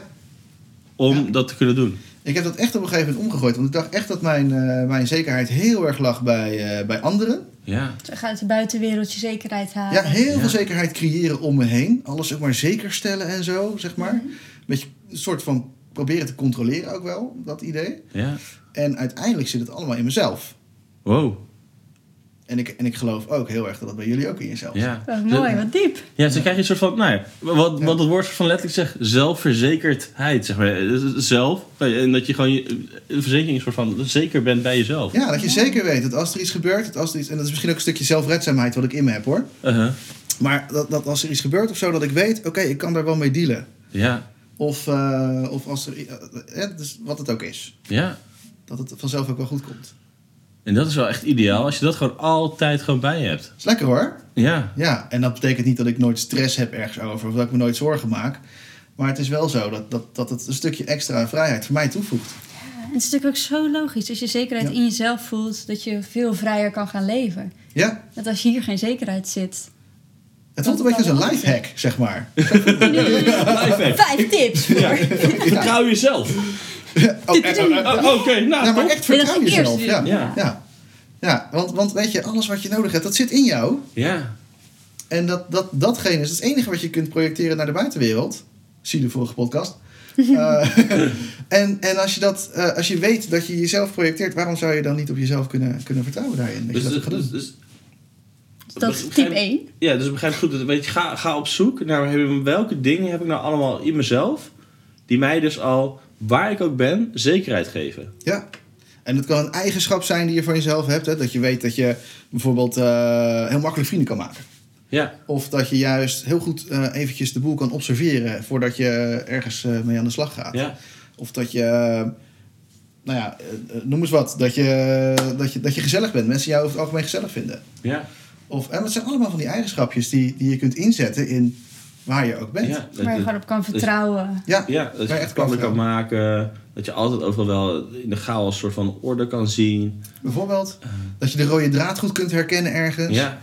Speaker 2: om
Speaker 4: Ja.
Speaker 2: dat te kunnen doen.
Speaker 4: ik heb dat echt op een gegeven moment omgegooid. Want ik dacht echt dat mijn, eh, mijn zekerheid heel erg lag bij, eh, bij anderen.
Speaker 2: Ja.
Speaker 3: Terug uit de buitenwereld je zekerheid halen.
Speaker 4: Ja, heel
Speaker 2: Ja.
Speaker 4: veel zekerheid creëren om me heen. Alles ook maar zeker stellen en zo, zeg maar. Beetje een soort van proberen te controleren ook wel, dat idee.
Speaker 2: ja.
Speaker 4: En uiteindelijk zit het allemaal in mezelf.
Speaker 2: Wow.
Speaker 4: En ik, en ik geloof ook heel erg dat dat bij jullie ook in jezelf zit.
Speaker 2: Ja.
Speaker 3: Wat Oh, Eh, mooi, wat diep.
Speaker 2: Ja, ze krijg je een soort van, nou ja, wat,
Speaker 4: Ja.
Speaker 2: wat het woord van letterlijk zegt, zelfverzekerdheid, zeg maar. Eh, Zelf, en dat je gewoon je, een verzekering soort van zeker bent bij jezelf.
Speaker 4: Ja, dat je zeker weet dat als er iets gebeurt, dat als er iets, en dat is misschien ook een stukje zelfredzaamheid wat ik in me heb hoor.
Speaker 2: Uh-huh.
Speaker 4: Maar dat, dat als er iets gebeurt of zo, dat ik weet, oké, ik kan daar wel mee dealen.
Speaker 2: Ja,
Speaker 4: Of, eh, of als er, eh, eh, dus wat het ook is.
Speaker 2: ja.
Speaker 4: Dat het vanzelf ook wel goed komt.
Speaker 2: En dat is wel echt ideaal, als je dat gewoon altijd gewoon bij je hebt.
Speaker 4: is lekker hoor.
Speaker 2: Ja,
Speaker 4: Ja, en dat betekent niet dat ik nooit stress heb ergens over of dat ik me nooit zorgen maak. Maar het is wel zo dat, dat, dat het een stukje extra vrijheid voor mij toevoegt.
Speaker 3: En het is natuurlijk ook zo logisch. Als je zekerheid
Speaker 4: Ja.
Speaker 3: in jezelf voelt, dat je veel vrijer kan gaan leven.
Speaker 4: Ja,
Speaker 3: Dat als hier geen zekerheid zit.
Speaker 4: het voelt een beetje als een lifehack, zeg maar.
Speaker 2: perfect.
Speaker 3: Vijf tips voor.
Speaker 2: Ja. Vertrouw jezelf.
Speaker 4: Oh, eh, eh, eh,
Speaker 2: Oh, Oké, nou,
Speaker 4: Ja, maar
Speaker 2: top.
Speaker 4: echt vertrouw
Speaker 3: Nee, dat is het
Speaker 4: jezelf.
Speaker 3: eerste
Speaker 4: Ja,
Speaker 3: uur.
Speaker 4: ja.
Speaker 2: Ja.
Speaker 4: ja. want, want weet je, alles wat je nodig hebt, dat zit in jou.
Speaker 2: Ja,
Speaker 4: En dat, dat, datgene is het enige wat je kunt projecteren naar de buitenwereld. Zie de vorige podcast. Eh, en en als, je dat, eh, als je weet dat je jezelf projecteert, waarom zou je dan niet op jezelf kunnen, kunnen vertrouwen daarin? Dat je
Speaker 2: dus,
Speaker 4: dat ook
Speaker 2: dus,
Speaker 4: gaat
Speaker 2: dus,
Speaker 4: doen?
Speaker 2: dus-
Speaker 3: Dat is type 1.
Speaker 2: ja, dus begrijp ik goed. dat- Weet je, ga, ga op zoek naar heb- welke dingen heb ik nou allemaal in mezelf... die mij dus al, waar ik ook ben, zekerheid geven.
Speaker 4: Ja. En het kan een eigenschap zijn die je van jezelf hebt. Hè? Dat je weet dat je bijvoorbeeld eh, heel makkelijk vrienden kan maken.
Speaker 2: Ja,
Speaker 4: Of dat je juist heel goed eh, eventjes de boel kan observeren voordat je ergens eh, mee aan de slag gaat.
Speaker 2: ja.
Speaker 4: Of dat je, eh, nou ja, eh, eh, noem eens wat. Dat je, eh, dat, je, dat je gezellig bent. Mensen jou over het algemeen gezellig vinden.
Speaker 2: Ja,
Speaker 4: Of, en het zijn allemaal van die eigenschapjes die, die je kunt inzetten in waar je ook bent.
Speaker 2: ja.
Speaker 3: Waar je gewoon op kan vertrouwen.
Speaker 4: Ja.
Speaker 2: Ja, dat
Speaker 4: Maar
Speaker 2: je
Speaker 4: echt
Speaker 2: echt plannen kan
Speaker 4: wel.
Speaker 2: maken. Dat je altijd overal wel in de chaos een soort van orde kan zien.
Speaker 4: Bijvoorbeeld dat je de rode draad goed kunt herkennen ergens.
Speaker 2: Ja,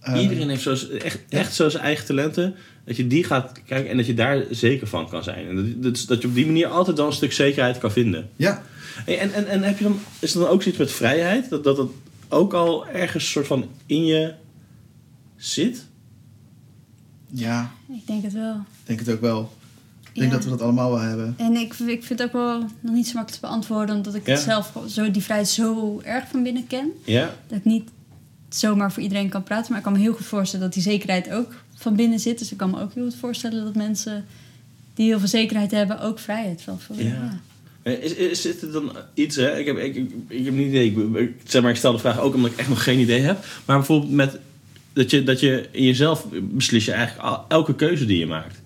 Speaker 4: Dus, Eh,
Speaker 2: iedereen heeft zo, z- echt, echt zo zijn eigen talenten. Dat je die gaat kijken en dat je daar zeker van kan zijn. En dat, dat, dat je op die manier altijd wel een stuk zekerheid kan vinden.
Speaker 4: ja,
Speaker 2: Hey, En, en, en heb je dan, is er dan ook zoiets met vrijheid? Dat, dat het ook al ergens soort van in je zit?
Speaker 4: ja,
Speaker 3: Ik denk het wel.
Speaker 4: ik denk het ook wel. Ik denk
Speaker 3: Ja.
Speaker 4: dat we dat allemaal wel hebben.
Speaker 3: En ik, ik vind het ook wel nog niet zo makkelijk te beantwoorden, omdat ik
Speaker 2: Ja.
Speaker 3: het zelf gewoon zo, die vrijheid zo erg van binnen ken.
Speaker 2: Ja,
Speaker 3: Dat ik niet zomaar voor iedereen kan praten, maar ik kan me heel goed voorstellen dat die zekerheid ook van binnen zit. Dus ik kan me ook heel goed voorstellen dat mensen die heel veel zekerheid hebben ook vrijheid van voelen.
Speaker 2: Ja.
Speaker 3: Ja.
Speaker 2: Eh, Is, is, zit er dan iets, hè? Ik heb, ik, ik, ik heb niet idee. Ik, ik- zeg maar, ik stel de vraag ook omdat ik echt nog geen idee heb. Maar bijvoorbeeld met dat je, dat je in jezelf beslis je eigenlijk al- elke keuze die je maakt.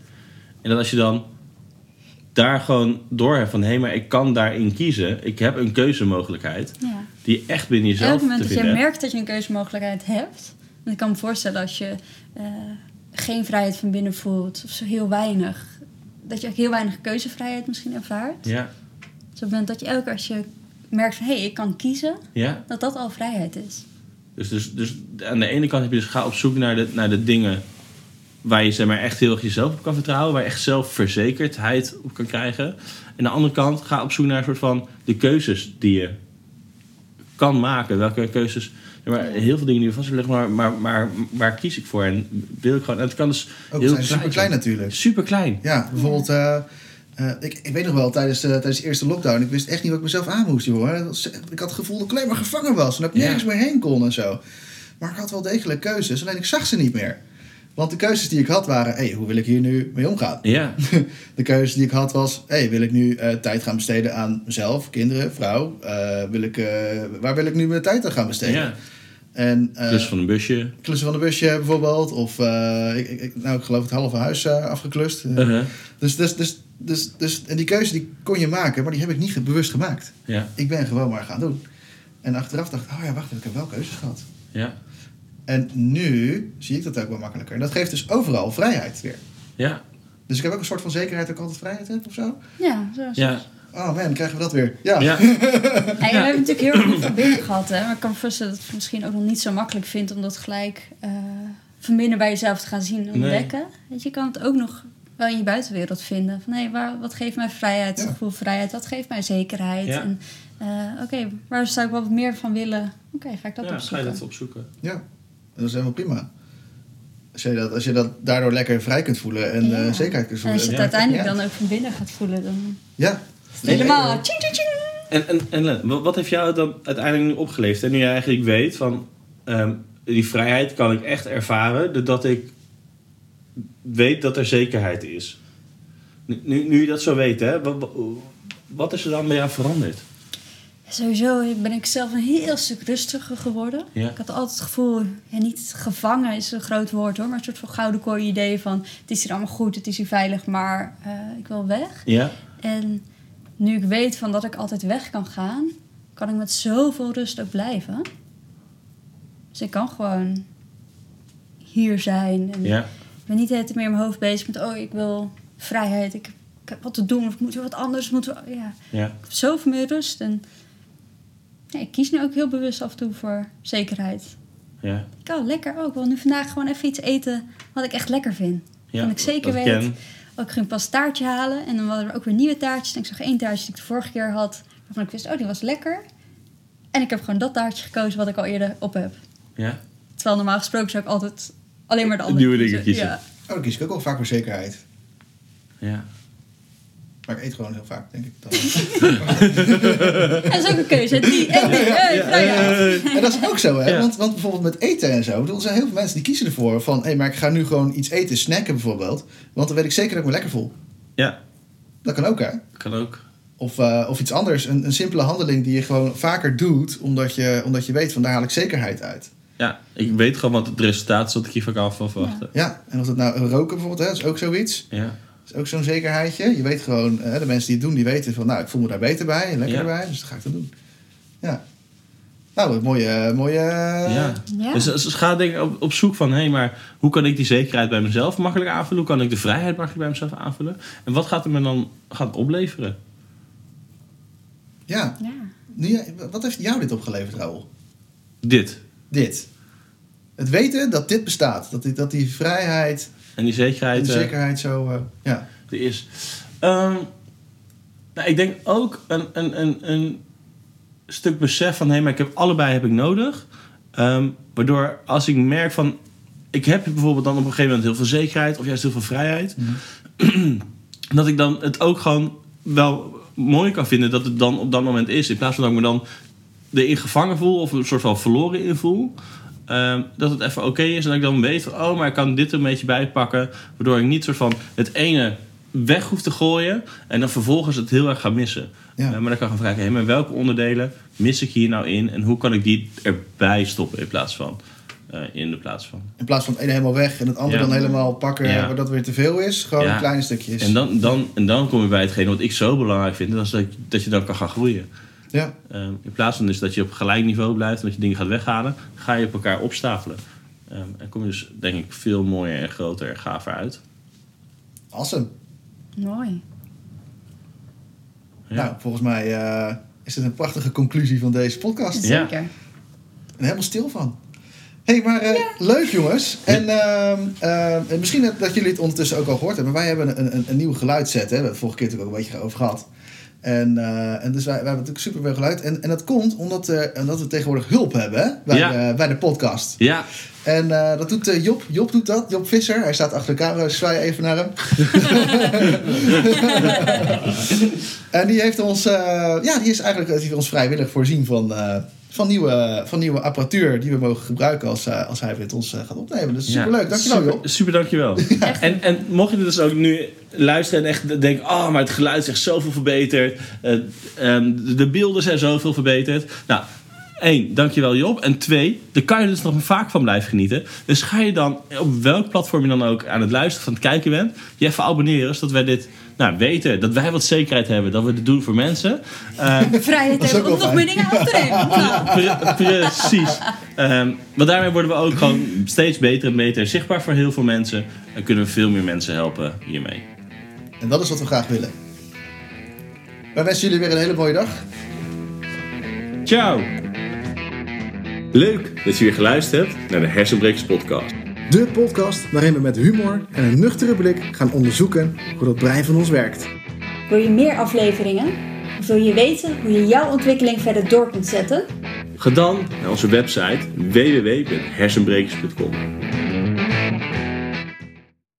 Speaker 2: En dat als je dan daar gewoon door hebt van hé, maar ik kan daarin kiezen. Ik heb een keuzemogelijkheid
Speaker 3: Ja.
Speaker 2: die echt binnen jezelf
Speaker 3: Elk moment
Speaker 2: te
Speaker 3: dat jij
Speaker 2: vinden hebt.
Speaker 3: merkt dat je een keuzemogelijkheid hebt, en ik kan me voorstellen als je eh, geen vrijheid van binnen voelt, of zo heel weinig, dat je ook heel weinig keuzevrijheid misschien ervaart.
Speaker 2: Ja,
Speaker 3: Dus op het moment dat je elke keer als je merkt van hé, hey, ik kan kiezen,
Speaker 2: ja.
Speaker 3: dat dat al vrijheid is.
Speaker 2: Dus, dus, dus aan de ene kant heb je dus ga op zoek naar de, naar de dingen waar je zeg maar, echt heel erg jezelf op kan vertrouwen, waar je echt zelfverzekerdheid op kan krijgen. En aan de andere kant ga op zoek naar een soort van de keuzes die je kan maken. Welke keuzes. zeg maar, heel veel dingen die je vast hebben liggen, maar, maar, maar waar kies ik voor? En wil ik gewoon. En het kan dus
Speaker 4: Ook
Speaker 2: heel
Speaker 4: zijn super klein natuurlijk.
Speaker 2: Super klein.
Speaker 4: Ja, bijvoorbeeld, eh, eh, ik, ik weet nog wel, tijdens, eh, tijdens de eerste lockdown, ik wist echt niet wat ik mezelf aan moest, joh. hè. Dat was- eh, Ik had het gevoel dat ik alleen maar gevangen was en dat ik
Speaker 2: Ja.
Speaker 4: nergens meer heen kon en zo. Maar ik had wel degelijk keuzes, alleen ik zag ze niet meer. Want de keuzes die ik had waren, hé, hey, hoe wil ik hier nu mee omgaan?
Speaker 2: Ja,
Speaker 4: De keuzes die ik had was, hé, hey, wil ik nu eh, tijd gaan besteden aan mezelf, kinderen, vrouw? Eh, wil ik, eh, waar wil ik nu mijn tijd aan gaan besteden?
Speaker 2: ja.
Speaker 4: En, eh,
Speaker 2: Dus van een busje.
Speaker 4: klussen van een busje bijvoorbeeld. Of, eh, ik, ik- nou, ik geloof het halve huis eh, afgeklust. Eh,
Speaker 2: Uh-huh.
Speaker 4: dus, dus, dus, dus, dus, en die keuze die kon je maken, maar die heb ik niet ge- bewust gemaakt.
Speaker 2: Ja,
Speaker 4: Ik ben gewoon maar gaan doen. En achteraf dacht ik, oh ja, wacht, ik heb wel keuzes gehad.
Speaker 2: ja,
Speaker 4: En nu zie ik dat ook wel makkelijker. En dat geeft dus overal vrijheid weer.
Speaker 2: ja.
Speaker 4: Dus ik heb ook een soort van zekerheid dat ik altijd vrijheid heb of zo.
Speaker 3: Ja, zo is
Speaker 2: Ja,
Speaker 3: het.
Speaker 4: Oh man, dan krijgen we dat weer. Ja.
Speaker 2: Ja.
Speaker 3: Ja, We hebben natuurlijk heel veel van binnen gehad. Hè? Maar ik kan me voorstellen dat je het misschien ook nog niet zo makkelijk vindt om dat gelijk eh, van binnen bij jezelf te gaan zien en
Speaker 2: Nee.
Speaker 3: ontdekken. Want je kan het ook nog wel in je buitenwereld vinden. Van hé, waar, wat geeft mij vrijheid?
Speaker 4: Ja.
Speaker 3: Het gevoel vrijheid, wat geeft mij zekerheid?
Speaker 2: Ja.
Speaker 3: En eh, oké, waar zou ik wel wat meer van willen? Oké, ga ik
Speaker 2: ja,
Speaker 3: dat
Speaker 2: ga je
Speaker 3: opzoeken?
Speaker 2: dat opzoeken.
Speaker 4: Ja, en dat is helemaal prima. Als je, dat, als je dat daardoor lekker vrij kunt voelen en
Speaker 3: Ja.
Speaker 4: eh, zekerheid kunt
Speaker 3: en
Speaker 4: voelen.
Speaker 3: als je het
Speaker 2: Ja.
Speaker 3: uiteindelijk
Speaker 4: Ja.
Speaker 3: dan ook van binnen gaat voelen, dan
Speaker 4: Ja.
Speaker 3: is het helemaal tjing, tjing, tjing.
Speaker 2: En, en, en Len, wa- wat heeft jou dan uiteindelijk nu opgeleverd? En nu jij eigenlijk weet van ehm, die vrijheid kan ik echt ervaren doordat ik weet dat er zekerheid is. Nu, nu, nu je dat zo weet, hè, wa- wa- wat, is er dan bij jou veranderd?
Speaker 3: Sowieso ben ik zelf een heel stuk rustiger geworden.
Speaker 2: Ja.
Speaker 3: Ik had altijd het gevoel, ja, niet gevangen is een groot woord hoor, maar een soort van gouden kooi idee van het is hier allemaal goed, het is hier veilig, maar eh, ik wil weg.
Speaker 2: Ja?
Speaker 3: En nu ik weet van dat ik altijd weg kan gaan, kan ik met zoveel rust ook blijven. Dus ik kan gewoon hier zijn en
Speaker 2: Ja.
Speaker 3: ik ben niet de hele tijd meer in mijn hoofd bezig met... oh, ik wil vrijheid, ik, ik heb wat te doen... of ik moet weer wat anders, ik moet weer- ja.
Speaker 2: Ja.
Speaker 3: Ik heb zoveel meer rust en... nee, ik kies nu ook heel bewust af en toe voor zekerheid.
Speaker 2: Ja.
Speaker 3: Ik kan lekker ook, wel nu vandaag gewoon even iets eten... wat ik echt lekker vind.
Speaker 2: ja.
Speaker 3: Kan ik zeker
Speaker 2: dat
Speaker 3: weten.
Speaker 2: ken.
Speaker 3: Ook ik ging pas taartje halen en dan waren er ook weer nieuwe taartjes. En ik zag één taartje die ik de vorige keer had... waarvan ik wist, oh, die was lekker. En ik heb gewoon dat taartje gekozen wat ik al eerder op heb.
Speaker 2: Ja.
Speaker 3: Terwijl normaal gesproken zou ik altijd alleen maar de andere
Speaker 2: Nieuwe dingen kiezen.
Speaker 3: Ja.
Speaker 4: Oh, dan kies ik ook wel vaak voor zekerheid.
Speaker 2: Ja.
Speaker 4: Maar ik eet gewoon heel vaak, denk ik. Dan.
Speaker 3: Ja, Dat is ook een keuze. hè? Die en die. Ja, ja, ja.
Speaker 4: en dat is ook zo, hè?
Speaker 2: Ja.
Speaker 4: Want, want bijvoorbeeld met eten en zo. Ik bedoel, er zijn heel veel mensen die kiezen ervoor van... hé, maar ik ga nu gewoon iets eten, snacken bijvoorbeeld. Want dan weet ik zeker dat ik me lekker voel.
Speaker 2: Ja.
Speaker 4: Dat kan ook, hè?
Speaker 2: Kan ook.
Speaker 4: Of, eh, of iets anders. Een, een simpele handeling die je gewoon vaker doet... omdat je, omdat je weet van daar haal ik zekerheid uit.
Speaker 2: Ja. Ik weet gewoon wat het resultaat is wat ik hiervan kan verwachten.
Speaker 4: Ja, en of dat nou roken bijvoorbeeld, hè? Dat is ook zoiets.
Speaker 2: Ja.
Speaker 4: Dat is ook zo'n zekerheidje. Je weet gewoon, hè, de mensen die het doen, die weten van... nou, ik voel me daar beter bij en lekkerder
Speaker 2: Ja.
Speaker 4: bij. Dus dat ga ik dan doen. Ja. Nou, wat mooie... mooie
Speaker 2: Ja.
Speaker 3: Ja.
Speaker 2: Dus, dus ga denk ik op, op zoek van, hé, maar hoe kan ik die zekerheid bij mezelf makkelijk aanvullen? Hoe kan ik de vrijheid makkelijk bij mezelf aanvullen? En wat gaat het me dan gaan opleveren?
Speaker 4: ja. Nu jij- wat heeft jou dit opgeleverd, Raoul?
Speaker 2: Dit.
Speaker 4: dit. Het weten dat dit bestaat. Dat die, dat die vrijheid
Speaker 2: En die
Speaker 4: en
Speaker 2: zekerheid
Speaker 4: die
Speaker 2: eh,
Speaker 4: zekerheid zo... eh, ja.
Speaker 2: er is. Ehm, nou, ik denk ook een, een, een, een stuk besef van, hé, maar ik heb allebei heb ik nodig. Ehm, waardoor als ik merk van, ik heb bijvoorbeeld dan op een gegeven moment heel veel zekerheid of juist heel veel vrijheid. dat ik dan het ook gewoon wel mooi kan vinden dat het dan op dat moment is. In plaats van dat ik me dan erin gevangen voel of een soort van verloren in voel. ehm, dat het even oké is en dat ik dan weet van, oh, maar ik kan dit er een beetje bijpakken. Waardoor ik niet soort van het ene weg hoef te gooien en dan vervolgens het heel erg ga missen. Eh, maar
Speaker 4: Ja.
Speaker 2: dan kan ik gaan vragen, hé, maar welke onderdelen mis ik hier nou in en hoe kan ik die erbij stoppen in plaats van, eh, in de plaats van.
Speaker 4: In plaats van het ene helemaal weg en het andere
Speaker 2: Ja.
Speaker 4: dan helemaal pakken...
Speaker 2: Ja.
Speaker 4: waar dat weer te veel is. Gewoon
Speaker 2: Ja.
Speaker 4: een kleine stukjes.
Speaker 2: En dan, dan, en dan kom je bij hetgene wat ik zo belangrijk vind, dat is dat, dat je dan kan gaan groeien.
Speaker 4: Ja.
Speaker 2: Ehm, in plaats van dus dat je op gelijk niveau blijft en dat je dingen gaat weghalen, ga je op elkaar opstapelen. Ehm, en kom je dus, denk ik, veel mooier en groter en gaver uit.
Speaker 4: Awesome.
Speaker 3: Mooi.
Speaker 2: Ja.
Speaker 4: Nou, volgens mij eh, is dit een prachtige conclusie van deze podcast.
Speaker 2: Ja.
Speaker 3: Zeker.
Speaker 4: En helemaal stil van. Hé, hey, maar eh, leuk jongens. En ehm, ehm, en misschien dat, dat jullie het ondertussen ook al gehoord hebben. Wij hebben een, een, een nieuwe geluidsset. Hè? We hebben het vorige keer natuurlijk ook een beetje over gehad. En, eh, en dus wij, wij hebben natuurlijk superveel geluid. En, en dat komt omdat, eh, omdat we tegenwoordig hulp hebben hè, bij,
Speaker 2: Ja.
Speaker 4: de, bij de podcast.
Speaker 2: Ja,
Speaker 4: En eh, dat doet eh, Job. Job doet dat. Job Visser. Hij staat achter de camera. Dus zwaai even naar hem. en die heeft ons... eh, ja, die is eigenlijk die heeft ons vrijwillig voorzien van, eh, van, nieuwe, van nieuwe apparatuur... die we mogen gebruiken als, eh, als hij met ons eh, gaat opnemen. Dus superleuk.
Speaker 2: Ja.
Speaker 4: Dankjewel, Job.
Speaker 2: Super, super dankjewel. En, en mocht je dit dus ook nu luisteren en echt denken... oh, maar het geluid is echt zoveel verbeterd. Eh, ehm, de- de beelden zijn zoveel verbeterd. Nou, één, dankjewel Job. En twee, daar kan je dus nog vaak van blijven genieten. Dus ga je dan, op welk platform je dan ook aan het luisteren of aan het kijken bent... je even abonneren, zodat wij dit nou, weten. Dat wij wat zekerheid hebben, dat we dit doen voor mensen. Ehm,
Speaker 3: Vrijheid
Speaker 4: Dat is
Speaker 3: hebben
Speaker 4: ook
Speaker 3: om
Speaker 4: wel
Speaker 3: nog meer
Speaker 4: fijn.
Speaker 3: dingen af te nemen. Nou,
Speaker 2: Pre- precies. Ehm, want daarmee worden we ook gewoon steeds beter en beter zichtbaar voor heel veel mensen. En kunnen we veel meer mensen helpen hiermee.
Speaker 4: En dat is wat we graag willen. Wij wensen jullie weer een hele mooie dag.
Speaker 2: Ciao! Leuk dat je weer geluisterd hebt naar de Hersenbrekers podcast.
Speaker 4: De podcast waarin we met humor en een nuchtere blik gaan onderzoeken hoe dat brein van ons werkt.
Speaker 5: Wil je meer afleveringen? Of wil je weten hoe je jouw ontwikkeling verder door kunt zetten?
Speaker 2: Ga dan naar onze website www.hersenbrekers.com.